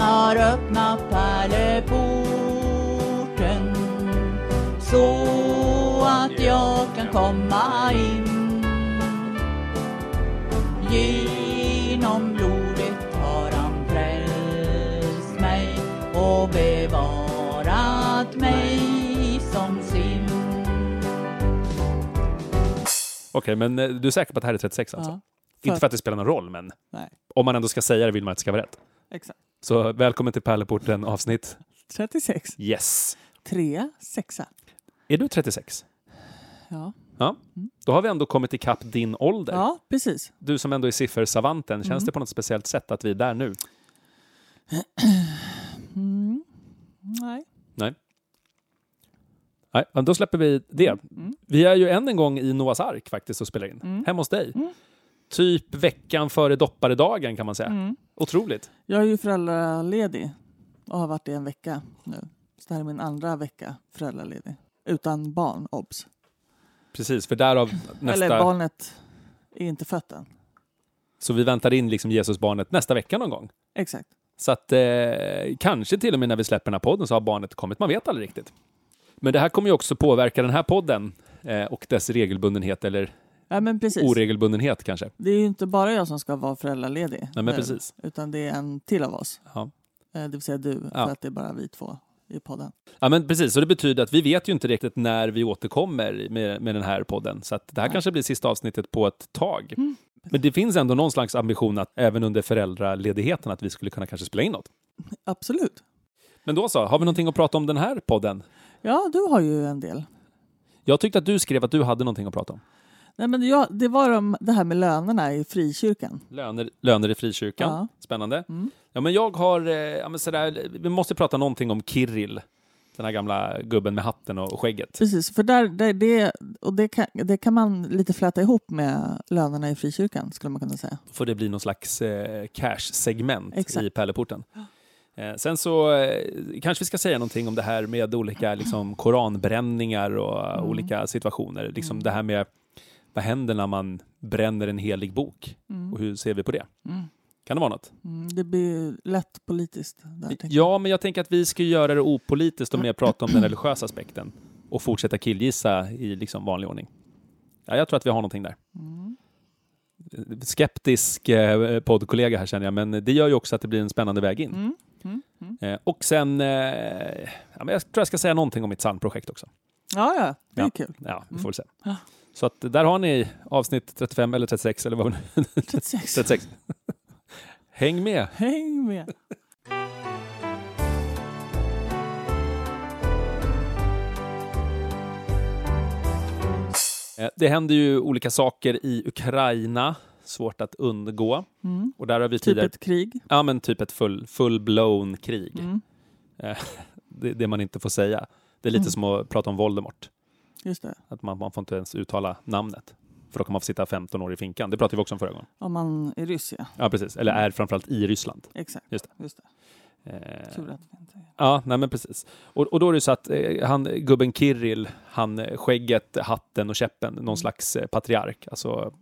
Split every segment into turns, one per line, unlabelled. har öppnat pärleporten så att jag kan komma in. Genom blodet har han frälst mig och bevarat mig som sin.
Okej, men eh, du är säker på att det här är 36 alltså?
Ja,
Inte för att det spelar någon roll, men
nej,
om man ändå ska säga det vill man att det ska vara rätt.
exakt.
Så välkommen till Pärleporten avsnitt
36.
Yes.
Tre sexa.
Är du 36?
Ja,
Ja. Då har vi ändå kommit ikapp din ålder.
Mm. ja Mm. precis.
Du som ändå är siffersavanten, känns det på något speciellt sätt att vi är där nu?
Nej.
Nej. Nej, men då släpper vi det.
Mm.
Vi är ju än en gång i Noahs ark faktiskt och spelar in.
Mm.
Hemma hos dig. Typ veckan före dopparedagen kan man säga.
Mm.
Otroligt.
Jag är ju föräldraledig och har varit det en vecka nu. Så det här är min andra vecka föräldraledig. Utan barn, obs.
Precis, för därav
Eller
nästa...
barnet är inte fött än.
Så vi väntar in liksom Jesusbarnet nästa vecka någon gång.
Exakt.
Så att eh, kanske till och med när vi släpper den här podden så har barnet kommit. Man vet aldrig riktigt. Men det här kommer ju också påverka den här podden eh, och dess regelbundenhet eller
Ja, men precis.
oregelbundenhet kanske.
det är ju inte bara jag som ska vara föräldraledig.
men
nu,
precis.
Utan det är en till av oss.
Ja.
Eh, Det vill säga du,
Ja.
för att det är bara vi två i podden.
Ja, men precis. Så det betyder att vi vet ju inte riktigt när vi återkommer med, med den här podden. Så att det här kanske blir sista avsnittet på ett tag. Men det finns ändå någon slags ambition att även under föräldraledigheten att vi skulle kunna kanske spela in något.
Absolut.
Men då så, har vi någonting att prata om den här podden?
Ja, du har ju en del.
Jag tyckte att du skrev att du hade någonting att prata om.
Nej, men jag, det var de, det här med lönerna i frikyrkan.
Löner, löner i frikyrkan.
Ja. Mm.
Spännande. Ja, men jag har, eh, ja, men sådär, vi måste prata någonting om Kirill. Den här gamla gubben med hatten och och skägget.
Precis, för där, där, det, och det, kan, det kan man lite fläta ihop med lönerna i frikyrkan skulle man kunna säga.
får det bli någon slags eh, cash-segment
Exakt.
i pärleporten. Eh, sen så eh, kanske vi ska säga någonting om det här med olika liksom, koranbränningar och
Mm.
eh, olika situationer. Liksom det här med vad händer när man bränner en helig bok och hur ser vi på det? Kan det vara något?
Mm, det blir ju lätt politiskt. Där, tänker jag.
Ja, men jag tänker att vi ska göra det opolitiskt och mer prata om den religiösa aspekten och fortsätta killgissa i liksom vanlig ordning. Ja, jag tror att vi har någonting där.
Mm.
Skeptisk eh, poddkollega här känner jag, men det gör ju också att det blir en spännande väg in.
Mm,
Eh, och sen, eh, ja, men jag tror jag ska säga någonting om mitt psalmprojekt också.
ja, ja, det är
Ja.
kul.
Ja, vi får väl se. Så att där har ni avsnitt 35 eller 36 eller vad var det nu
36.
36. Häng med!
Häng med!
Eh, Det händer ju olika saker i Ukraina, svårt att undgå. Och där har vi
Typ
tidigare...
ett Mm. krig.
Ja, men typ ett full, full-blown krig. Eh, Det, det man inte får säga. Det är lite
Mm.
som att prata om Voldemort.
Just det.
Att man, man får inte ens uttala namnet. För då kan man få sitta 15 år i finkan. Det pratade vi också om förra gången.
Om man är ryss, ja.
Ja, precis. Eller
Mm.
är framförallt i Ryssland.
Exakt.
Just
Just det.
Eh,
Tur att vi inte
Ja, nej men precis. Och, och då är det så att eh, han, gubben Kirill, han eh, skägget, hatten och käppen, någon slags eh, patriark, alltså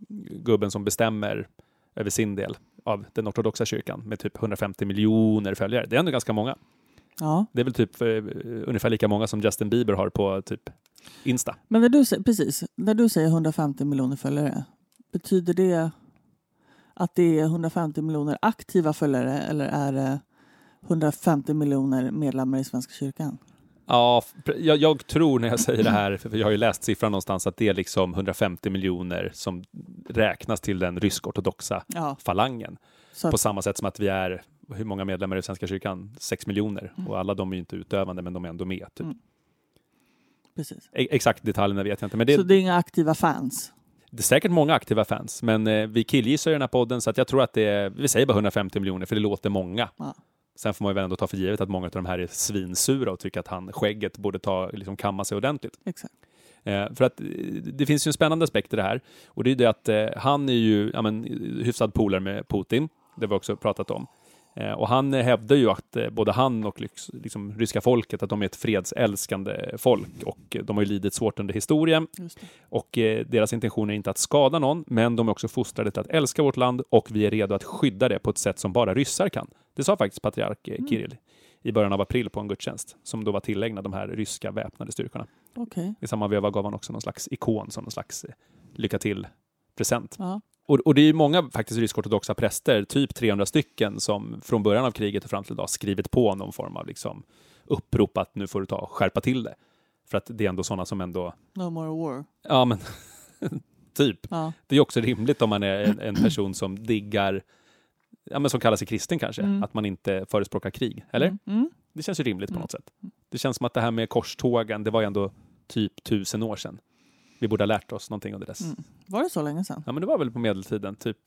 gubben som bestämmer över sin del av den ortodoxa kyrkan med typ 150 miljoner följare. Det är ändå ganska många.
Ja,
Det är väl typ eh, ungefär lika många som Justin Bieber har på typ Insta.
men när du, sä- precis. När du säger 150 miljoner följare, betyder det att det är 150 miljoner aktiva följare eller är det 150 miljoner medlemmar i Svenska kyrkan?
Ja, pr- jag, jag tror när jag säger det här, för jag har ju läst siffran någonstans, att det är liksom 150 miljoner som räknas till den rysk-ortodoxa
Ja,
falangen.
så att
På samma sätt som att vi är, hur många medlemmar i Svenska kyrkan? Sex miljoner.
Mm.
Och alla de är ju inte utövande, men de är ändå med. Typ.
Precis.
E- Exakt detaljerna vet jag inte, men det,
Så det är inga aktiva fans?
det är säkert många aktiva fans. Men eh, vi killgissar ju den här podden, så att jag tror att det är, vi säger bara 150 miljoner, för det låter många.
Ja.
Sen får man ju väl ändå ta för givet att många av de här är svinsura och tycker att han, skägget, borde ta, liksom, kamma sig ordentligt.
Exakt.
Eh, för att eh, det finns ju en spännande aspekt i det här. Och det är ju det att eh, han är ju ja, men, hyfsad polare med Putin. Det har vi också pratat om. Eh, och han eh, hävdar ju att eh, både han och lyx- liksom, ryska folket, att de är ett fredsälskande folk. Och eh, de har ju lidit svårt under historien.
Just det.
Och eh, deras intention är inte att skada någon, men de är också fostrade till att älska vårt land och vi är redo att skydda det på ett sätt som bara ryssar kan. Det sa faktiskt patriark eh, Kirill i början av april på en gudstjänst som då var tillägnad de här ryska väpnade styrkorna.
Okej.
I samma veva gav han också någon slags ikon som någon slags eh, lycka till-present.
Ja.
Och, och det är ju många faktiskt rysk-ortodoxa präster, typ 300 stycken, som från början av kriget och fram till idag skrivit på någon form av liksom upprop att nu får du ta och skärpa till det. För att det är ändå sådana som ändå,
No more war.
ja men, typ.
Ja.
Det är ju också rimligt om man är en, en person som diggar, ja men som kallar sig kristen kanske,
Mm.
att man inte förespråkar krig, eller?
Mm. Mm.
Det känns ju rimligt på
Mm.
något sätt. Det känns som att det här med korstågen, det var ju ändå typ tusen år sedan. Vi borde ha lärt oss någonting under dess.
Mm. Var det så länge sedan?
Ja men det var väl på medeltiden, typ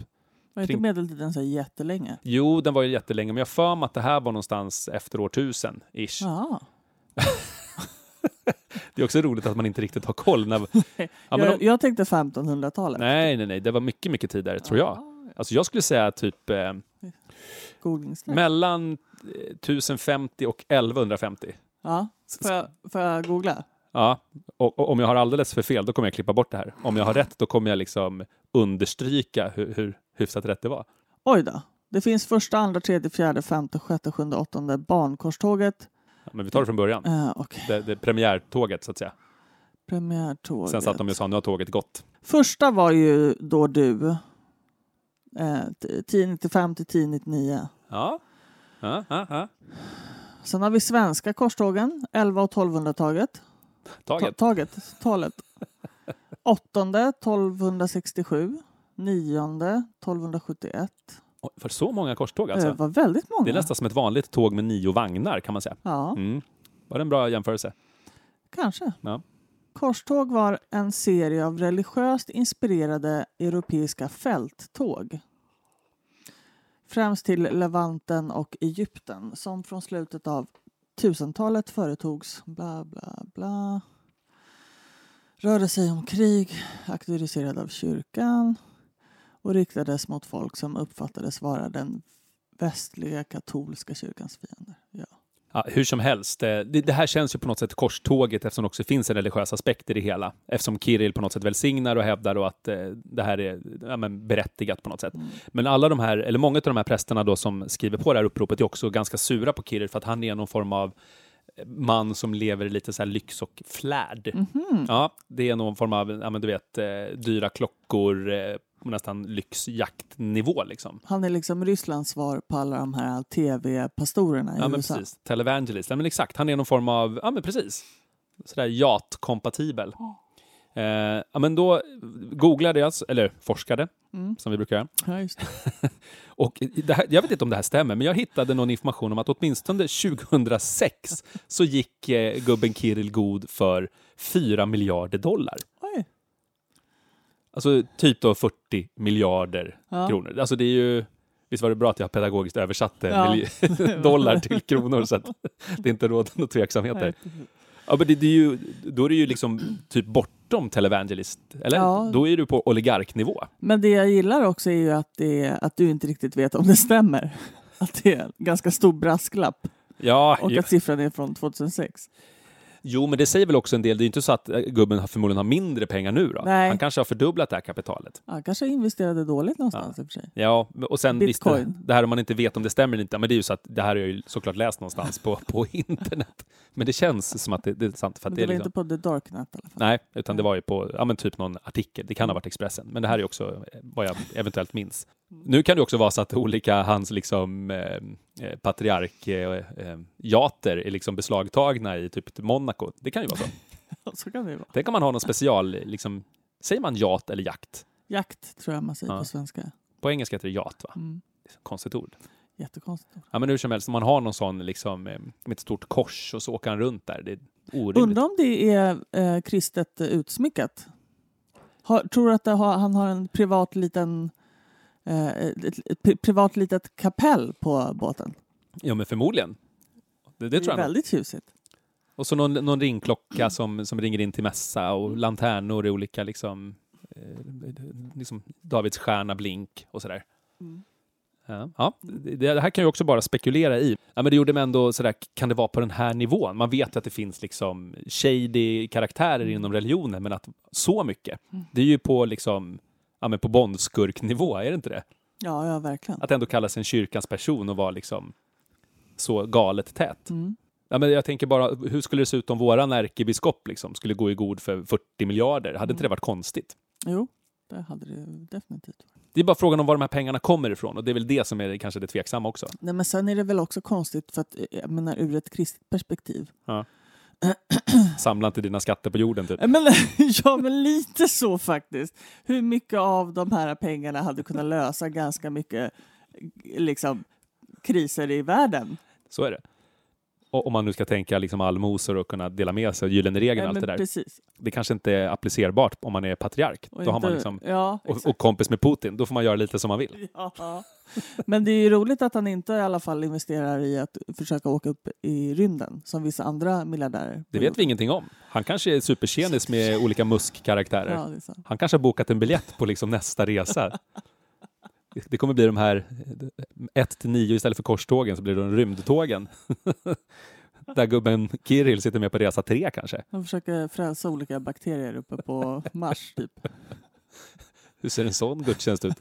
Var inte
Kring-
medeltiden så jättelänge?
Jo, den var ju jättelänge, men jag har för mig att det här var någonstans efter år 1000 ish.
Ja.
Det är också roligt att man inte riktigt har koll. När... Ja, men
jag,
om...
jag tänkte 1500-talet.
Nej, nej, nej, det var mycket, mycket tidigare tror jag. Alltså jag skulle säga typ eh,
Googlingstid.
mellan eh, 1050 och 1150.
Ja. Får, jag, får jag googla?
Ja, och, och om jag har alldeles för fel, då kommer jag klippa bort det här. Om jag har rätt, då kommer jag liksom understryka hur, hur hyfsat rätt det var.
Oj då. Det finns första, andra, tredje, fjärde, femte, sjätte, sjunde, åttonde barnkorståget.
Ja, Men vi tar det från början.
Eh, Okej.
Det, det premiärtåget, så att säga.
Premiärtåget.
Sen satt de ju och sa, nu har tåget gått.
Första var ju då du. Eh, t- 1095 till 1099.
Ja, ja, ja, ja.
Sen har vi svenska korstågen. 11 och 1200-taget. Ta-
taget.
Taget. Talet. Åttonde 1267. Nionde 1271.
Oj, För så många korståg alltså?
Det var väldigt många.
Det är nästan som ett vanligt tåg med nio vagnar kan man säga.
Ja,
Mm. Var det en bra jämförelse?
kanske.
Ja.
Korståg var en serie av religiöst inspirerade europeiska fälttåg. Främst till Levanten och Egypten som från slutet av 1000-talet företogs bla bla bla. Rörde sig om krig, auktoriserad av kyrkan och riktades mot folk som uppfattades vara den västliga katolska kyrkans fiender. Ja.
Ja, hur som helst, eh, det, det här känns ju på något sätt korståget eftersom det också finns en religiös aspekt i det hela. Eftersom Kirill på något sätt välsignar och hävdar då att eh, det här är ja, men berättigat på något sätt. Men alla de här, eller många av de här prästerna då som skriver på det här uppropet är också ganska sura på Kirill för att han är någon form av eh, man som lever i lite så här lyx och flärd. Ja, det är någon form av, ja, men du vet, eh, dyra klockor, eh, nästan lyxjaktnivå liksom.
Han är liksom Rysslands svar på alla de här tv-pastorerna i
Ja, men
USA.
precis. Televangelist. Ja, men exakt. Han är någon form av, ja men precis, sådär JAT-kompatibel. Eh, ja, men då googlade jag, eller forskade,
Mm.
som vi brukar göra.
Ja, just det.
Och i- det här, jag vet inte om det här stämmer, men jag hittade någon information om att åtminstone 2006 så gick eh, gubben Kirill god för 4 miljarder dollar.
Oj.
Alltså typ då 40 miljarder
Ja.
kronor. Alltså det är ju, visst var det bra att jag pedagogiskt översatte
Ja.
milj- dollar till kronor så att det inte råder några tveksamheter. Ja, men det, det är ju, då är det ju liksom typ bortom televangelist, eller?
Ja.
Då är du på oligarknivå.
Men det jag gillar också är ju att, det är, att du inte riktigt vet om det stämmer. Att det är en ganska stor brasklapp
Ja,
och
ju-
att siffran är från 2006.
jo, men det säger väl också en del. Det är ju inte så att eh, gubben har- förmodligen har mindre pengar nu då.
Nej.
Han kanske har fördubblat det här kapitalet.
Ja, kanske investerade dåligt någonstans i och för sig.
Ja, men- och sen
Bitcoin.
visst, det- det här om man inte vet om det stämmer eller inte, men det är ju så att det här har jag ju såklart läst någonstans på, på internet. Men det känns som att det, det är sant. För att
Men
det
det
är
var
liksom,
inte på The Darknet i alla fall.
Nej, utan det var ju på ja, men typ någon artikel. Det kan ha varit Expressen, men det här är också eh, vad jag eventuellt minns. Nu kan det också vara så att olika hans liksom, eh, eh, patriarkjater eh, jater är liksom beslagtagna i typ Monaco. Det kan ju vara så.
Så kan det ju vara.
Tänk om man har någon special, liksom, säger man jat eller jakt?
Jakt tror jag man säger
Ja.
på svenska.
På engelska heter det jat, va?
Mm.
Konstigt ord.
Jättekonstigt.
Ja, men hur som helst, om man har någon sån liksom, eh, med ett stort kors och så åker han runt där. Det är orimligt.
Undrar om det är eh, kristet eh, utsmyckat. Har, tror du att det har, han har en privat liten eh, ett, ett, pri- privat litet kapell på båten?
Ja, men förmodligen. Det, det
det
tror
är
jag nog.
väldigt tjusigt.
Och så någon, någon ringklocka som, som ringer in till mässa och lanternor i olika liksom, eh, liksom Davids stjärna blink och sådär.
Mm.
Ja, ja, det, det här kan jag också bara spekulera i. Ja, men det gjorde mig ändå sådär, kan det vara på den här nivån? Man vet ju att det finns liksom shady karaktärer inom religionen, men att så mycket. Det är ju på liksom, ja men på Bondskurknivå, är det inte det?
Ja, ja verkligen.
Att ändå kalla sig en kyrkans person och vara liksom så galet tät.
Mm.
Ja, men jag tänker bara, hur skulle det se ut om våran ärkebiskop liksom skulle gå i god för 40 miljarder? Hade inte
Mm.
det varit konstigt?
Jo, det hade det definitivt varit.
Det är bara frågan om var de här pengarna kommer ifrån och det är väl det som är det- kanske det tveksamma också.
Nej, men sen är det väl också konstigt, för att, eh, jag menar ur ett kristet perspektiv.
Samla inte dina skatter på jorden typ.
Ja, Men, ja, men lite så faktiskt. Hur mycket av de här pengarna hade kunnat lösa ganska mycket liksom, kriser i världen?
Så är det. Och om man nu ska tänka liksom allmosor och kunna dela med sig av gyllene regeln och
Ja,
allt
men
det där.
Precis.
Det kanske inte är applicerbart om man är patriark.
Och
Då har man
inte-
liksom,
ja,
och,
exakt.
och kompis med Putin, då får man göra lite som man vill.
ja. Men det är ju roligt att han inte i alla fall investerar i att försöka åka upp i rymden som vissa andra miljardärer.
Det vet vi ingenting om. Han kanske är supertjenis med olika muskkaraktärer.
Ja, det är sant.
Han kanske har bokat en biljett på liksom nästa resa. Det- Det kommer bli de här 1 till 9 istället för korstågen så blir det de rymdtågen. Där gubben Kirill sitter med på resa 3 kanske.
Han försöker frälsa olika bakterier uppe på Mars. Typ.
Hur ser en sån gudstjänst ut?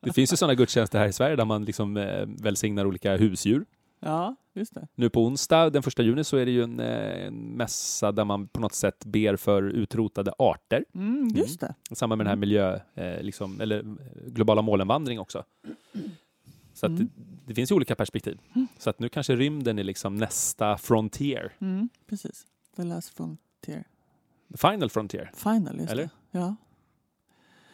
Det finns ju sådana gudstjänster här i Sverige där man liksom eh, välsignar olika husdjur.
Ja, just det.
Nu på onsdag den 1 juni så är det ju en, eh, en mässa där man på något sätt ber för utrotade arter.
Mm, just det.
I samband
Mm.
med den här miljö, eh, liksom, eller eh, globala målenvandring också. Så att
Mm.
det, det finns ju olika perspektiv. Så att nu kanske rymden är liksom nästa frontier,
Mm, precis. The last frontier.
the final frontier.
Final, just
Eller?
det. Ja.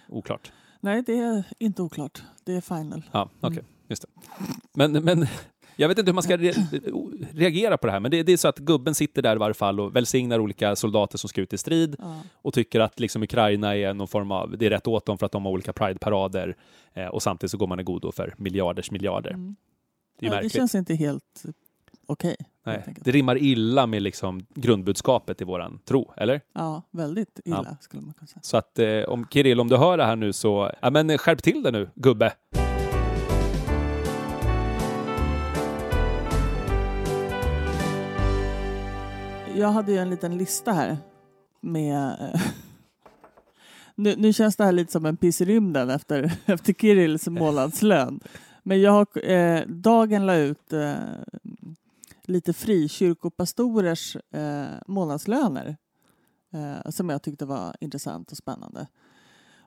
Oklart.
Nej, det är inte oklart. Det är final.
Ja, okej, just det. Men, men jag vet inte hur man ska re, reagera på det här, men det, det är så att gubben sitter där i varje fall och välsignar olika soldater som ska ut i strid
Ja.
och tycker att liksom Ukraina är någon form av, det är rätt åt dem för att de har olika Pride-parader eh, och samtidigt så går man i god för miljarders miljarder.
Mm.
Det är ju
ja, det
märkligt.
känns inte helt eh, okej.
Nej,
helt enkelt.
det rimmar illa med liksom grundbudskapet i våran tro, eller?
Ja, väldigt illa skulle man kunna säga.
Så att eh, om Kirill, om du hör det här nu så, ja men eh, skärp till det nu, gubbe.
Jag hade ju en liten lista här med... eh, Nu, nu känns det här lite som en piss i rymden efter, efter Kirills månadslön. Men jag har, eh, dagen la ut eh, lite frikyrkopastorers eh, månadslöner eh, som jag tyckte var intressant och spännande.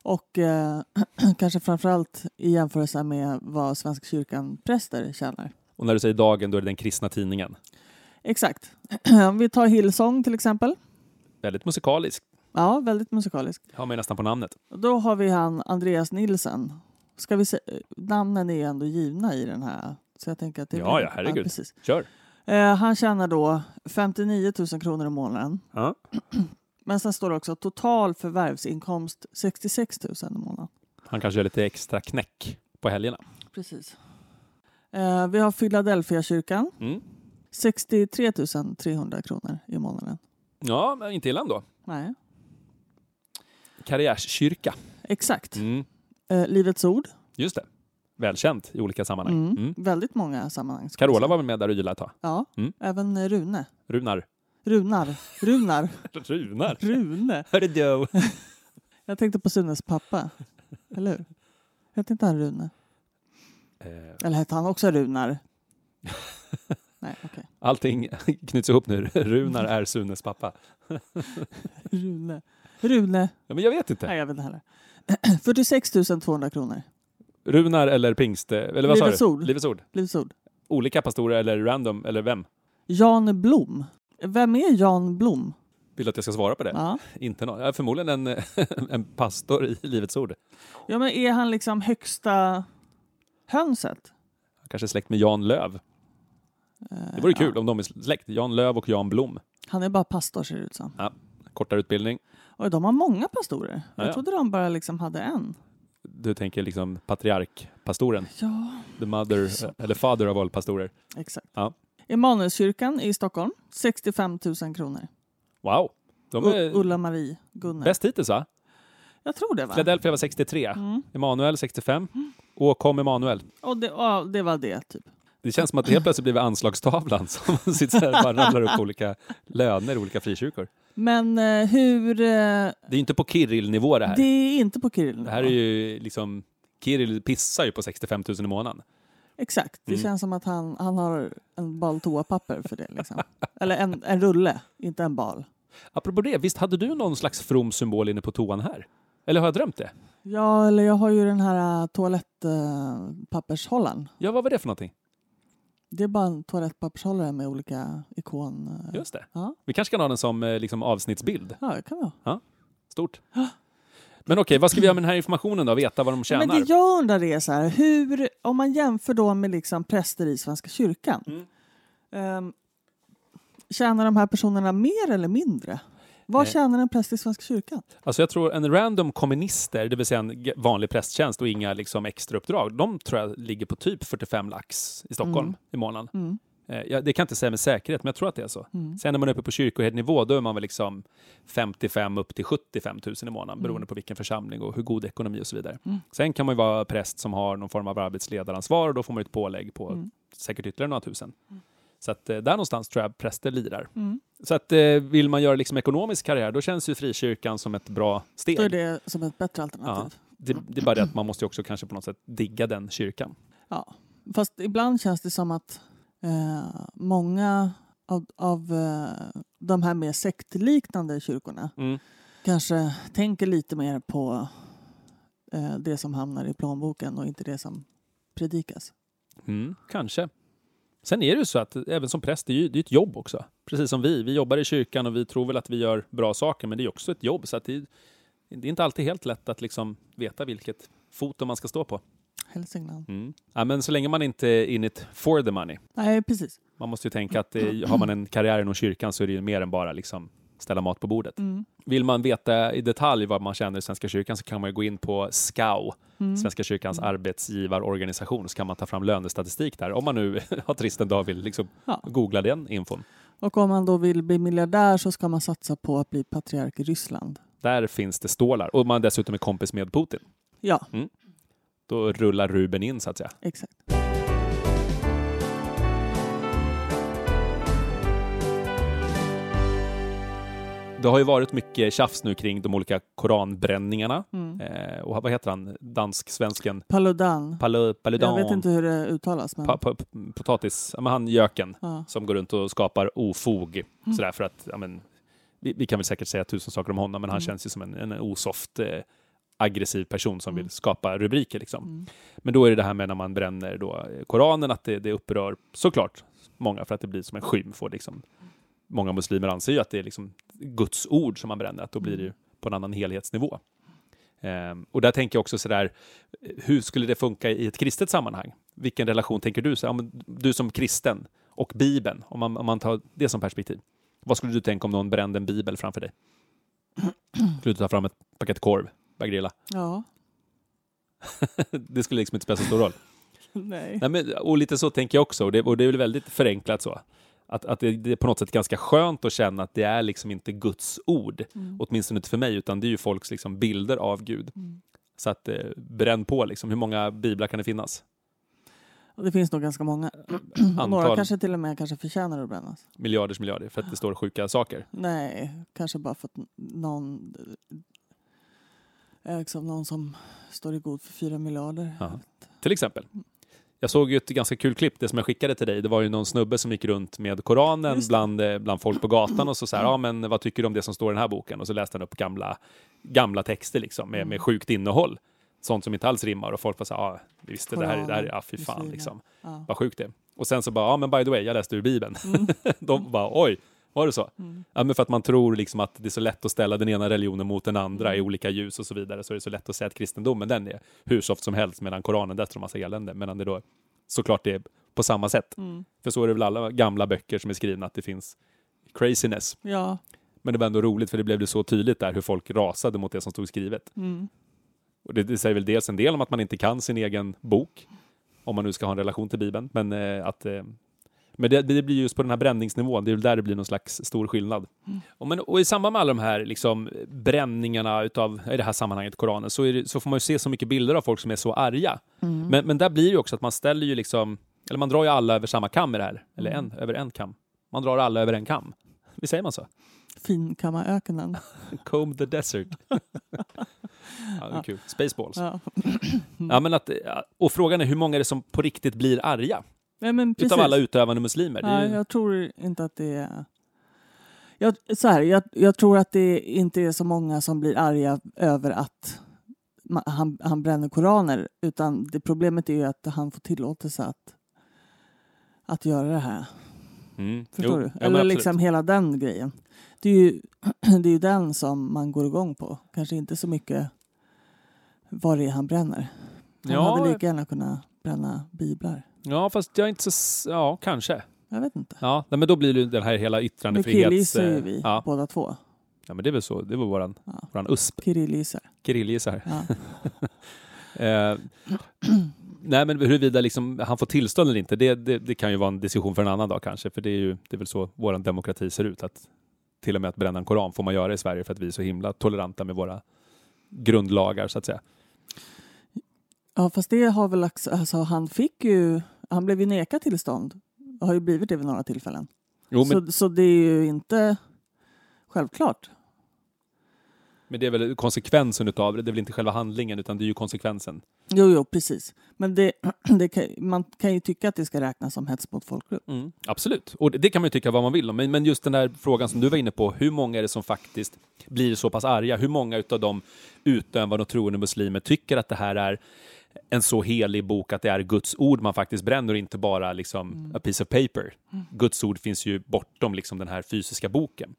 Och eh, kanske framförallt i jämförelse med vad Svenska kyrkan präster tjänar.
Och när du säger dagen, då är det den kristna tidningen.
Exakt. Om vi tar Hillsong till exempel.
Väldigt musikalisk,
Ja, väldigt musikalisk.
har man ju nästan på namnet.
Då har vi han Andreas Nilsen. Ska vi se, namnen är ju ändå givna i den här. Så jag tänker att det är
Ja,
väl-
ja, herregud.
precis.
Kör!
Eh, han tjänar då 59 000 kronor i månaden.
Ja.
Men sen står det också total förvärvsinkomst 66 000 i månaden.
Han kanske gör lite extra knäck på helgerna.
Precis. Eh, vi har Philadelphia-kyrkan.
Mm.
63 300 kronor i månaden.
Ja, men inte illa ändå.
Nej,
Karriärskyrka.
exakt.
Mm.
Eh, Livets ord.
Just det. Välkänt i olika sammanhang.
Mm.
Mm.
Väldigt många sammanhang. skulle jag
Carola
säga.
var väl med där och ylade ett tag?
Ja,
Mm.
även eh, Rune.
Runar.
Runar. Runar.
Runar?
Rune.
Hörru du!
Jag tänkte på Sunes pappa. Eller hur? Hette inte han Rune?
Eh,
Eller hette han också Runar? Nej, okej.
Allting knyts ihop nu. Runar är Sunes pappa.
Rune. Rune.
Ja, men jag vet inte.
Nej, jag vet inte heller. 46 200 kronor.
Runar eller pingst... Eller vad
Livets
sa du?
ord.
Livets ord.
Livets ord.
Olika pastorer eller random, eller vem?
Jan Blom. Vem är Jan Blom?
Vill du att jag ska svara på det?
Ja.
Inte någon. Ja, förmodligen en, en pastor i Livets ord.
ja, men är han liksom högsta hönset?
Kanske släkt med Jan Löv.
Eh,
Det vore
ja.
kul om de är släkt. Jan Löv och Jan Blom.
Han är bara pastor ser det ut som.
Kortare utbildning.
Oj, de har många pastorer.
Ja,
Jag
ja.
trodde de bara liksom hade en.
Du tänker liksom patriarkpastoren.
Ja,
The mother, eh, eller father of all pastorer.
exakt.
Ja.
Emanuelskyrkan i Stockholm, 65 000 kronor.
Wow! De
U-
är
Ulla Marie Gunnar.
bäst hittills va?
Jag tror det va?
Philadelphia var 63.
Mm.
Emanuel 65. Åkom Emanuel.
Och det, ja, det var det typ.
Det känns som att det helt plötsligt blivit anslagstavlan som sitter så här och bara ramlar upp olika löner i olika frikyrkor.
Men eh, hur... Eh,
Det är ju inte på Kirill-nivå det här.
det är inte på Kirill.
Det här är ju liksom Kirill pissar ju på 65 000 i månaden.
Exakt, det
Mm.
känns som att han, han har en bal toapapper för det. Liksom. Eller en, en rulle, inte en bal.
Apropå det, visst hade du någon slags from symbol inne på toan här? Eller har jag drömt det?
Ja, eller jag har ju den här eh, toalettpappershållaren.
Ja, vad var det för någonting?
det är bara en toalettpappershållare med olika ikon. eh,
Just det.
Ja.
Vi kanske kan ha den som eh, liksom, avsnittsbild.
Ja, det kan vara.
Stort. Men okej, vad ska vi göra med den här informationen då? Veta vad de tjänar?
Men det jag undrar är så här, hur, om man jämför då med liksom präster i Svenska kyrkan.
Mm.
ehm, tjänar de här personerna mer eller mindre? Vad
Eh.
tjänar en präst i Svenska kyrkan?
Alltså jag tror en random kommunister, det vill säga en g- vanlig prästtjänst och inga liksom extra uppdrag, de tror jag ligger på typ 45 lax i Stockholm
Mm.
i månaden.
Mm.
Eh, jag, det kan jag inte säga med säkerhet, men jag tror att det är så.
Mm.
Sen när man är uppe på kyrkoherdnivå, då är man väl liksom 55 upp till 75 000 i månaden, beroende
Mm.
på vilken församling och hur god ekonomi och så vidare.
Mm.
Sen kan man ju vara präst som har någon form av arbetsledaransvar och då får man ju ett pålägg på
Mm.
säkert ytterligare några tusen. Så att eh, där någonstans tror jag präster lirar.
Mm.
Så att eh, vill man göra liksom ekonomisk karriär, då känns ju frikyrkan som ett bra steg.
Då är det som ett bättre alternativ.
Det, det är bara det att man måste ju också kanske på något sätt digga den kyrkan.
Ja. Fast ibland känns det som att eh, många av, av eh, de här mer sektliknande kyrkorna kanske tänker lite mer på eh, det som hamnar i plånboken och inte det som predikas.
Mm, kanske. Sen är det ju så att även som präst, det är ju det är ett jobb också. Precis som vi. Vi jobbar i kyrkan och vi tror väl att vi gör bra saker, men det är också ett jobb. Så att det, det är inte alltid helt lätt att liksom veta vilket foto man ska stå på.
Hälsingland.
Mm. Ja, men så länge man inte är in it for the money.
Nej, precis.
Man måste ju tänka att eh, har man en karriär inom kyrkan så är det ju mer än bara liksom ställa mat på bordet.
Mm.
Vill man veta i detalj vad man känner i Svenska kyrkan så kan man ju gå in på SKAU,
Mm.
Svenska kyrkans arbetsgivarorganisation, så kan man ta fram lönestatistik där, om man nu har trist en dag och vill liksom
Ja.
googla den infon.
Och om man då vill bli miljardär så ska man satsa på att bli patriark i Ryssland.
Där finns det stålar och man dessutom är kompis med Putin.
Ja,
Då rullar Ruben in så att säga.
exakt.
Det har ju varit mycket tjafs nu kring de olika koranbränningarna.
Mm.
Eh, och vad heter han, dansk-svensken?
Paludan.
Palu,
Jag
Paludan?
vet inte hur det uttalas. Men...
Pa, pa, potatis, ja, men han göken.
Ja.
som går runt och skapar ofog.
Mm.
Sådär för att, ja, men, vi, vi kan väl säkert säga tusen saker om honom, men han
Mm.
känns ju som en, en osoft, eh, aggressiv person som
Mm.
vill skapa rubriker. Liksom.
Mm.
Men då är det det här med när man bränner då, eh, Koranen, att det, det upprör såklart många för att det blir som en skymf. Och liksom, många muslimer anser ju att det är liksom Guds ord som man bränner, att då blir det ju på en annan helhetsnivå. Ehm, och där tänker jag också sådär, eh, hur skulle det funka i ett kristet sammanhang? Vilken relation tänker du? Så, ja, men du som kristen och Bibeln, om man, om man tar det som perspektiv. Vad skulle du tänka om någon brände en bibel framför dig? Skulle du ta fram ett paket korv, börja grilla?
ja.
Det skulle liksom inte spela så stor roll.
Nej.
Nej, men, och lite så tänker jag också, och det, och det är väl väldigt förenklat så. Att, att det, det är på något sätt ganska skönt att känna att det är liksom inte Guds ord,
Mm.
åtminstone inte för mig, utan det är ju folks liksom bilder av Gud.
Mm.
Så att eh, bränn på, liksom. hur många biblar kan det finnas?
Och Det finns nog ganska många. Några
Antal
kanske till och med kanske förtjänar att brännas.
miljarders miljarder, för att det står sjuka saker.
Nej, kanske bara för att n- någon, eh, liksom någon som står i god för fyra miljarder.
Ja. Till exempel. Jag såg ju ett ganska kul klipp, det som jag skickade till dig. Det var ju någon snubbe som gick runt med Koranen
Just det.
bland, eh, bland folk på gatan och så så här, ja men vad tycker du om det som står i den här boken? Och så läste han upp gamla, gamla texter liksom, med,
Mm.
med sjukt innehåll. Sånt som inte alls rimmar och folk var så här, ja visst det här, är- det här är, ja fy fan
Koranen,
liksom.
Ja.
Vad sjukt det är. Och sen så bara, ja men by the way, jag läste ur Bibeln. De bara, oj, var det så?
Mm.
Ja, men för att man tror liksom att det är så lätt att ställa den ena religionen mot den andra i olika ljus och så vidare, så är det så lätt att säga att kristendomen den är hur soft som helst, medan Koranen där står massa elände. Medan det då såklart det är på samma sätt.
Mm.
För så är det väl alla gamla böcker som är skrivna, att det finns craziness.
Ja.
Men det var ändå roligt, för det blev det så tydligt där hur folk rasade mot det som stod skrivet.
Mm.
Och det, det säger väl dels en del om att man inte kan sin egen bok, om man nu ska ha en relation till Bibeln, men eh, att eh, men det, det blir just på den här bränningsnivån, det är väl där det blir någon slags stor skillnad. Och, men, och i samband med alla de här liksom, bränningarna utav, i det här sammanhanget, Koranen, så, är det, så får man ju se så mycket bilder av folk som är så arga.
Mm.
Men, men där blir det ju också att man ställer ju liksom, eller man drar ju alla över samma kam i det här, eller en, över en kam. Man drar alla över en kam. Visst säger man så?
Finkammaröknen.
Comb the desert. Ja, det är kul. Spaceballs. Ja.
Ja.
men att, ja, och frågan är hur många är det som på riktigt blir arga?
Nej, men precis.
Utav alla utövande muslimer? Det är
Nej,
ju,
jag tror inte att det är... Jag, så här, jag, jag tror att det inte är så många som blir arga över att ma- han, han bränner koraner. Utan det problemet är ju att han får tillåtelse att, att göra det här.
mm,
Förstår
jo,
du?
ja, men
Eller
absolut.
liksom hela den grejen. Det är, ju, det är ju den som man går igång på. Kanske inte så mycket vad det är han bränner. Han
Ja,
hade lika gärna kunnat bränna biblar.
Ja, fast jag är inte så... s- Ja, kanske.
Jag vet inte.
Ja, nej, men då blir det ju den här hela
Vi
yttrandefrihets...
killgissar ju
eh,
vi
Ja,
båda två.
ja, men det är väl så. Det var våran,
Ja.
våran USP.
Kirillgissar.
Kirillgissar.
Ja.
Eh, nej, men huruvida liksom han får tillstånd eller inte, det, det, det kan ju vara en diskussion för en annan dag kanske. För det är ju det är väl så vår demokrati ser ut. Att till och med att bränna en koran får man göra i Sverige för att vi är så himla toleranta med våra grundlagar, så att säga.
ja, fast det har väl... ax- Alltså, han fick ju... Han blev ju nekad tillstånd. Det har ju blivit det vid några tillfällen.
Jo, men,
Så, så det är ju inte självklart.
men det är väl konsekvensen utav det. Det är väl inte själva handlingen, utan det är ju konsekvensen.
Jo, jo, precis. Men det, det kan, man kan ju tycka att det ska räknas som hets mot folkgrupp.
Mm, absolut, och det, det kan man ju tycka vad man vill om. Men, men just den där frågan som du var inne på, hur många är det som faktiskt blir så pass arga? Hur många av de utövande och troende muslimer tycker att det här är en så helig bok att det är Guds ord man faktiskt bränner och inte bara liksom a piece of paper. Guds ord finns ju bortom liksom den här fysiska boken.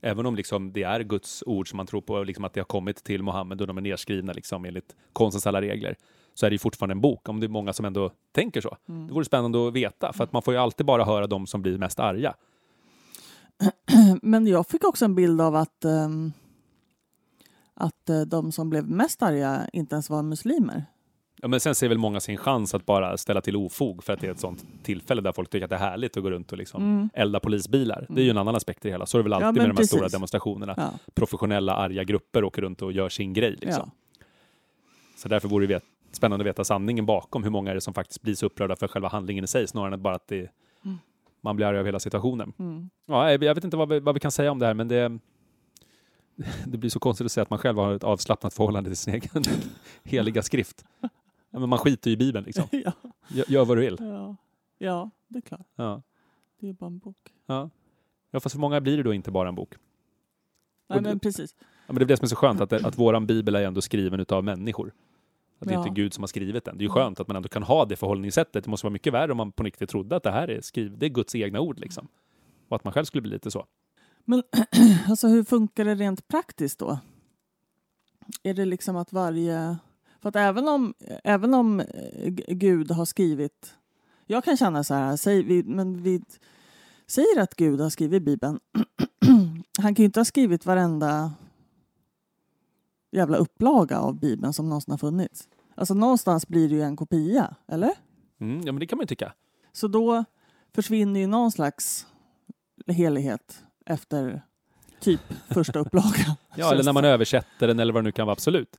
Även om liksom det är Guds ord som man tror på, liksom att det har kommit till Mohammed och de är nedskrivna liksom enligt konstens alla regler, så är det ju fortfarande en bok, om det är många som ändå tänker så.
Mm.
Det vore spännande att veta, för att man får ju alltid bara höra de som blir mest arga.
Men jag fick också en bild av att, ehm, att eh, de som blev mest arga inte ens var muslimer.
Ja, men sen ser väl många sin chans att bara ställa till ofog för att det är ett sånt tillfälle där folk tycker att det är härligt att gå runt och liksom elda polisbilar. Det är ju en annan aspekt i det hela. Så är det väl alltid
Mm. Ja, men
med de här
precis.
stora demonstrationerna.
Ja,
Professionella arga grupper åker runt och gör sin grej. Liksom.
ja.
Så därför vore det vet- spännande att veta sanningen bakom. Hur många är det som faktiskt blir så upprörda för själva handlingen i sig snarare än bara att det, man blir arg över hela situationen.
Mm.
Ja, jag jag vet inte vad vi, vad vi kan säga om det här, men det, det blir så konstigt att säga att man själv har ett avslappnat förhållande till sin egen heliga skrift. Ja, men man skiter ju i Bibeln, liksom.
ja,
Gö- Gör vad du vill.
ja. ja, det är klart.
Ja,
Det är bara en bok.
ja. ja fast hur många blir det då inte bara en bok?
Nej,
Och det-
men precis.
Ja, men det är det som är så skönt, att, att våran bibel är ändå skriven utav människor. Att det
Ja. Mm.
inte är Gud som har skrivit den. Det är ju skönt att man ändå kan ha det förhållningssättet. Det måste vara mycket värre om man på riktigt trodde att det här är, skriv, det är Guds egna ord. Liksom. Och att man själv skulle bli lite så.
Alltså hur funkar det rent praktiskt då? Är det liksom att varje... För att även om, även om eh, G- Gud har skrivit... Jag kan känna så här, säg, vi, men vi säger att Gud har skrivit Bibeln. Han kan ju inte ha skrivit varenda jävla upplaga av Bibeln som någonsin har funnits. Alltså någonstans blir det ju en kopia, eller?
Mm, ja, men det kan man ju tycka.
Så då försvinner ju någon slags helighet efter typ första upplagan.
Ja, eller när man översätter den eller vad det nu kan vara, absolut.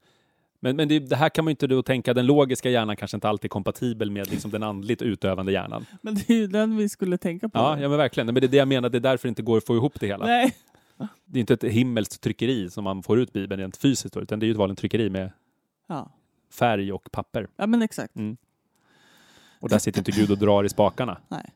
Men, men det, det här kan man ju inte då tänka, den logiska hjärnan kanske inte alltid är kompatibel med liksom, den andligt utövande hjärnan.
Men det är ju den vi skulle tänka på.
Ja, ja men verkligen. Nej, Men det är det jag menar, det är därför det inte går att få ihop det hela.
Mm. Nej.
Det är inte ett himmelskt tryckeri som man får ut Bibeln rent fysiskt, då, utan det är ju ett vanligt tryckeri med
Ja.
färg och papper.
ja, men exakt.
Mm. Och där sitter inte Gud och drar i spakarna.
Nej.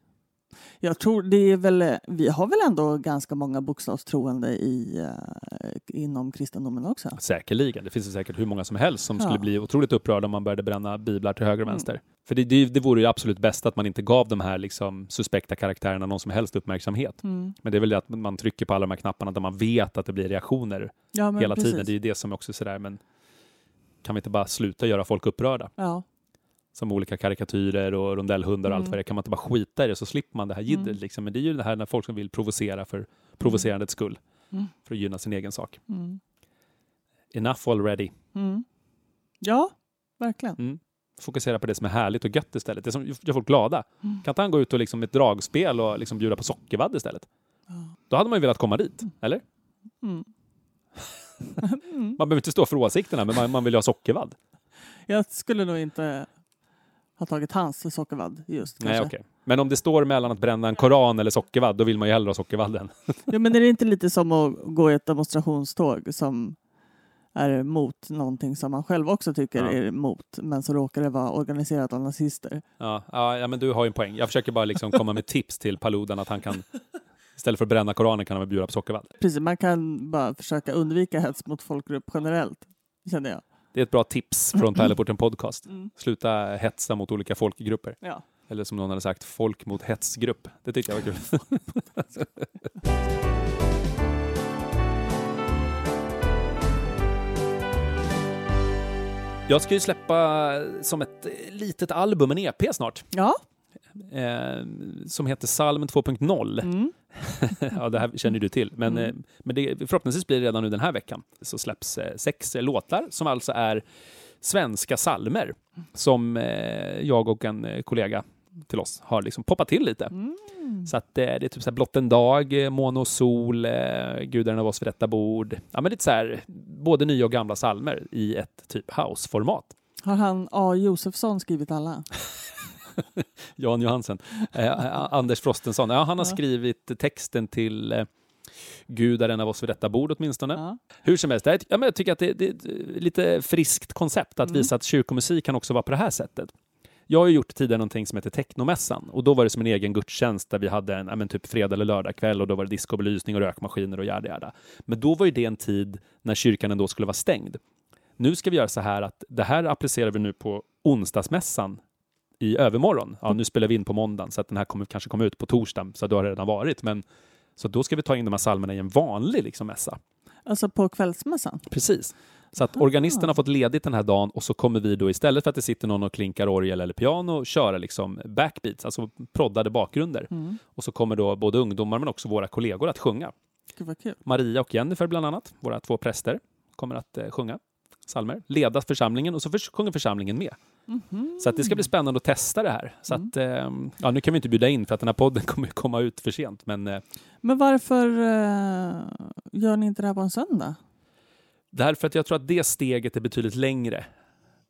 Jag tror det är väl, vi har väl ändå ganska många bokstavstroende i, eh, inom kristendomen också.
Säkerligen. Det finns ju säkert hur många som helst som skulle
Ja. Mm.
bli otroligt upprörda om man började bränna biblar till höger och vänster. För det, det, det vore ju absolut bäst att man inte gav de här liksom, suspekta karaktärerna någon som helst uppmärksamhet.
Mm.
Men det är väl det att man trycker på alla de här knapparna där man vet att det blir reaktioner
Ja, men
hela
precis.
tiden. Det är ju det som också är sådär, men kan vi inte bara sluta göra folk upprörda?
Ja,
som olika karikatyrer och rondellhundar och allt
Mm.
vad det är. Kan man inte bara skita i det så slipper man det här jiddret.
Mm.
Liksom. Men det är ju det här när folk som vill provocera för provocerandets skull.
Mm.
För att gynna sin egen sak.
mm.
Enough already.
Mm. ja verkligen.
Fokusera på det som är härligt och gött istället. Det som gör folk glada.
Mm.
Kan inte han gå ut och liksom med ett dragspel och liksom bjuda på sockervadd istället?
Ja.
Då hade man ju velat komma dit, eller?
Mm. Mm.
Man behöver inte stå för åsikterna, men man, man vill ju ha sockervadd.
Jag skulle nog inte ha tagit hans sockervadd just. Kanske.
Nej, okej. Men om det står mellan att bränna en koran eller sockervadd, då vill man ju hellre ha sockervadden.
Ja, men är det inte lite som att gå i ett demonstrationståg som är mot någonting som man själv också tycker
Ja.
är emot, men så råkar det vara organiserat av nazister.
Ja, ja, ja, men du har ju en poäng. Jag försöker bara liksom komma med tips till Paludan att han kan, istället för att bränna Koranen kan han väl bjuda på sockervadd.
Precis, man kan bara försöka undvika hets mot folkgrupp generellt, känner jag.
Det är ett bra tips från Pärleporten Podcast.
Mm.
Sluta hetsa mot olika folkgrupper.
Ja.
Eller som någon hade sagt, folk mot hetsgrupp. Det tyckte jag var kul. Jag ska ju släppa som ett litet album, en EP snart,
Ja.
eh, som heter Salm 2.0.
Mm.
ja, det här känner du till. Men,
Mm.
eh, men det, förhoppningsvis blir det redan nu den här veckan. Så släpps eh, sex eh, låtar som alltså är svenska salmer som eh, jag och en eh, kollega till oss har liksom poppat till lite.
Mm.
Så att eh, det är typ så här blott en dag, eh, måne och sol, eh, gudarna av oss vid detta bord. Ja, men lite så här, både nya och gamla salmer i ett typ houseformat.
Har han A. Josefsson skrivit alla?
Jan Johansen. Eh, A- Anders Frostenson. Ja, han har
Ja.
skrivit texten till eh, Gud är en av oss vid detta bord åtminstone.
Ja.
Hur som helst, det här, ja, men jag tycker att det, det är ett eh, lite friskt koncept att
Mm.
visa att kyrkomusik kan också vara på det här sättet. Jag har ju gjort tidigare någonting som heter Technomässan och då var det som en egen gudstjänst där vi hade en ja, men typ fredag eller lördagkväll och då var det diskobelysning och rökmaskiner och yada yada. Men då var ju det en tid när kyrkan ändå skulle vara stängd. Nu ska vi göra så här att det här applicerar vi nu på onsdagsmässan i övermorgon. Ja, nu spelar vi in på måndagen så att den här kommer, kanske kommer ut på torsdagen så då har det redan varit. Men så då ska vi ta in de här psalmerna i en vanlig liksom, mässa.
Alltså på kvällsmässan?
Precis. Så att organisten har fått ledigt den här dagen och så kommer vi då istället för att det sitter någon och klinkar orgel eller piano köra liksom backbeats, alltså proddade bakgrunder.
Mm.
Och så kommer då både ungdomar men också våra kollegor att sjunga.
Gud vad kul.
Maria och Jennifer bland annat, våra två präster, kommer att eh, sjunga psalmer, leda församlingen och så förs- sjunger församlingen med.
Mhm.
Så att det ska bli spännande att testa det här. Så att, eh, ja, nu kan vi inte bjuda in för att den här podden kommer ju komma ut för sent, men eh,
Men varför eh, gör ni inte det här på en söndag?
Därför att jag tror att det steget är betydligt längre.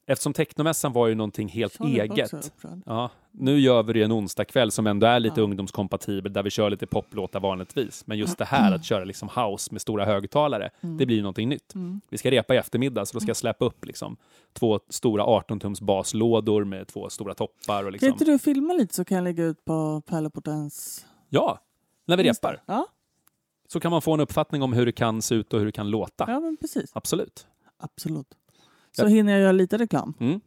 Eftersom technomässan var ju någonting helt
Charlie var också
eget.
upprörd. Mm.
Ja, nu gör vi det en onsdagkväll som ändå är lite
Ja.
ungdomskompatibel där vi kör lite poplåtar vanligtvis. Men just det här att köra liksom house med stora högtalare,
Mm.
det blir ju någonting nytt.
Mm.
Vi ska repa i eftermiddag så då ska jag släppa upp liksom två stora 18-tums baslådor med två stora toppar och
Kan
liksom.
inte du filma lite så kan jag lägga ut på Pärleportens...
Ja, när vi
Insta?
repar
Ja,
så kan man få en uppfattning om hur det kan se ut och hur det kan låta.
ja men precis.
Absolut.
Absolut. Så
Ja.
hinner jag göra lite reklam.
Mm.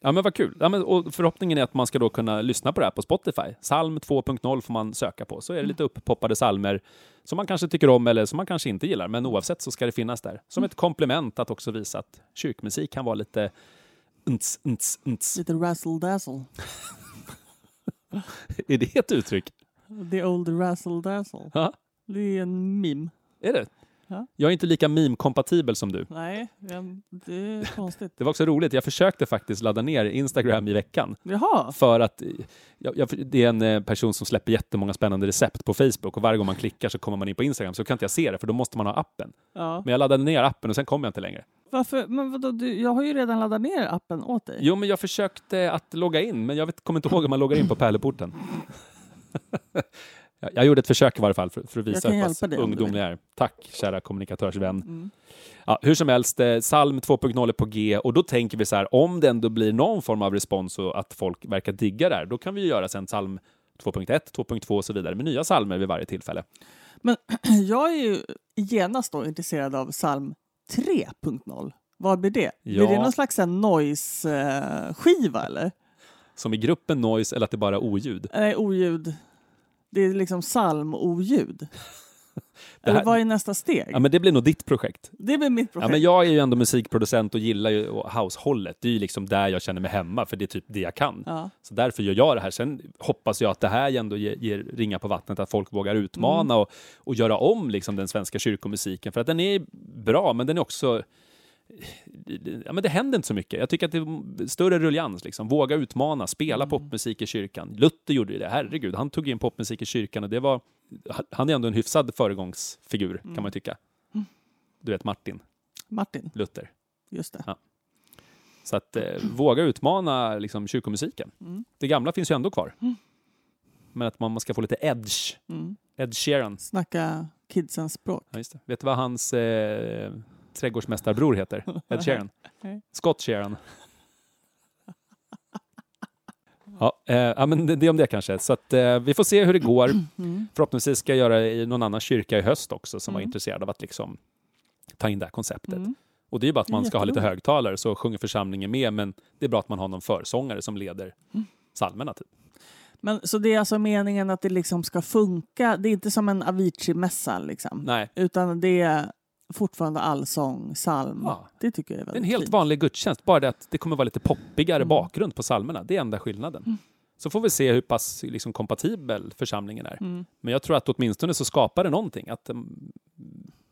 Ja men vad kul. Ja, men, och förhoppningen är att man ska då kunna lyssna på det här på Spotify. Salm 2.0 får man söka på. Så är det lite upppoppade salmer som man kanske tycker om eller som man kanske inte gillar. Men oavsett så ska det finnas där. Som ett komplement att också visa att kyrkmusik kan vara lite unts, unts, unts.
Lite razzle dazzle.
Är det ett uttryck?
The old razzle dazzle.
Ja,
Det är en meme.
är det?
Ja.
Jag är inte lika meme-kompatibel som du.
Nej, men det är konstigt.
Det var också roligt. Jag försökte faktiskt ladda ner Instagram i veckan.
Jaha,
För att eh, jag, jag, det är en eh, person som släpper jättemånga spännande recept på Facebook och varje gång man klickar så kommer man in på Instagram så kan inte jag se det för då måste man ha appen.
ja.
Men jag laddade ner appen och sen kom jag inte längre.
Varför? Men vadå, du, jag har ju redan laddat ner appen åt dig.
Jo, men jag försökte att logga in, men jag vet, kommer inte ihåg om man loggar in på pärleporten. jag, jag gjorde ett försök i varje fall för, för att
Jag
visa
kan
hur pass
hjälpa dig om du
ungdomlig
vill.
jag är. Tack, kära kommunikatörsvän.
Mm.
Ja, hur som helst, eh, psalm 2.0 är på G och då tänker vi så här, om det ändå blir någon form av respons och att folk verkar digga det här, då kan vi ju göra sen psalm 2.1, 2.2 och så vidare med nya psalmer vid varje tillfälle.
Jag är ju genast då intresserad av psalm 3.0. Vad blir det?
Ja.
Blir det någon slags en noise-skiva eh, eller?
Som i gruppen noise eller att det bara är oljud.
Nej, oljud. Det är liksom psalm-oljud.
Det här-
Eller vad är nästa steg?
Ja, men det blir nog ditt projekt.
Det blir mitt
Ja,
projekt.
men jag är ju ändå musikproducent och gillar ju househållet. Det är ju liksom där jag känner mig hemma, för det är typ det jag kan.
Ja.
Så därför gör jag det här. Sen hoppas jag att det här ändå ger, ger ringa på vattnet, att folk vågar utmana och, och göra om liksom den svenska kyrkomusiken. För att den är bra, men den är också... Ja, men det händer inte så mycket. Jag tycker att det är större rullians. Liksom. Våga utmana, spela popmusik i kyrkan. Luther gjorde ju det, herregud. Han tog in popmusik i kyrkan och det var... Han är ändå en hyfsad föregångsfigur, kan man tycka. Du vet Martin
Martin,
Luther.
just det.
Så att eh, våga utmana liksom, kyrkomusiken.
Mm.
Det gamla finns ju ändå kvar. Men att man ska få lite edge.
Mm.
Ed Sheeran.
Snacka kidsens språk.
Ja, just det. Vet du vad hans eh, trädgårdsmästarbror heter. Ed Sheeran.
Okej.
Scott Sheeran. Ja, eh, ja, men det, det om det kanske. Så att, eh, vi får se hur det går.
Mm.
Förhoppningsvis ska jag göra i någon annan kyrka i höst också som var
Mm.
intresserad av att liksom ta in det här konceptet.
Mm.
Och det är ju bara att
Det är
man ska ha lite
jätteroligt.
högtalare så sjunger församlingen med men det är bra att man har någon försångare som leder
Mm.
psalmerna. Typ.
Men, så det är alltså meningen att det liksom ska funka? Det är inte som en Avicii-mässa liksom?
Nej,
Utan det är fortfarande allsång, psalm.
Ja.
Det tycker jag är
det är en
väldigt
helt
fint.
vanlig gudstjänst bara det att det kommer vara lite poppigare
Mm.
bakgrund på psalmerna. Det är enda skillnaden. Så får vi se hur pass liksom, kompatibel församlingen är.
Mm.
Men jag tror att åtminstone så skapar det någonting. Att, mm,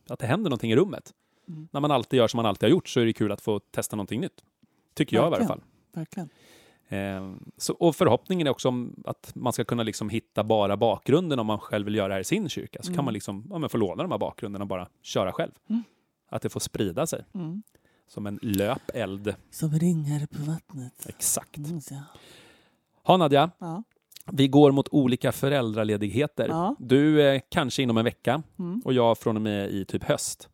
att det händer någonting i rummet.
Mm.
När man alltid gör som man alltid har gjort så är det kul att få testa någonting nytt. Tycker jag i varje
Verkligen.
fall.
Verkligen.
Eh, så, och förhoppningen är också om att man ska kunna liksom hitta bara bakgrunden om man själv vill göra det här i sin kyrka. Så
Mm.
kan man liksom, ja, men få låna de här bakgrunderna och bara köra själv.
Mm.
Att det får sprida sig
Mm.
som en löpeld.
Som ringar på vattnet.
Exakt.
Mm, så.
Ha Nadja,
Ja.
vi går mot olika föräldraledigheter.
Ja.
Du eh, kanske inom en vecka
Mm.
och jag från och med i typ höst.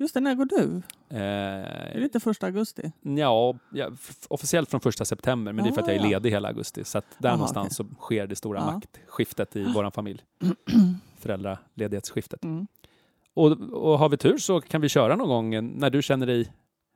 Just det, när går du?
Eh,
Är det inte första augusti?
Ja, ja, f- officiellt från första september, men det är för att jag är
Ah, ja. Ah,
ledig hela augusti. Så att där
Aha,
någonstans så sker det stora
Ja.
maktskiftet
Ah.
i vår familj. Föräldraledighetsskiftet.
Mm.
Och, och har vi tur så kan vi köra någon gång eh, när du känner dig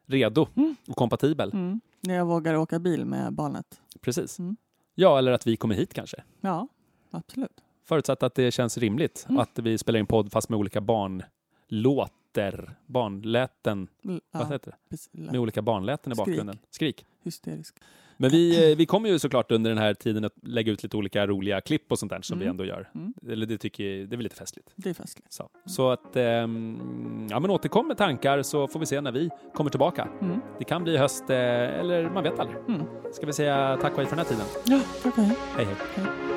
redo
Mm.
och kompatibel.
Mm. När jag vågar åka bil med barnet.
Precis.
Mm.
Ja, eller att vi kommer hit kanske.
Ja, absolut.
Förutsatt att det känns rimligt
Mm.
att vi spelar in podd fast med olika barnlåter. Barnläten.
L-
Vad
Ja,
heter det? Med
precis.
olika barnläten i
Skrik.
bakgrunden. Skrik.
Hysterisk.
Men vi, eh, vi kommer ju såklart under den här tiden att lägga ut lite olika roliga klipp och sånt där som
Mm.
vi ändå gör.
Mm.
Eller det tycker det är väl lite festligt.
Det är festligt.
Så, så att, ehm, ja men återkom med tankar så får vi se när vi kommer tillbaka.
Mm.
Det kan bli höst eh, eller man vet aldrig.
Mm.
Ska vi säga tack och hej för den här tiden.
Ja, tack och hej.
Hej hej.
Hej.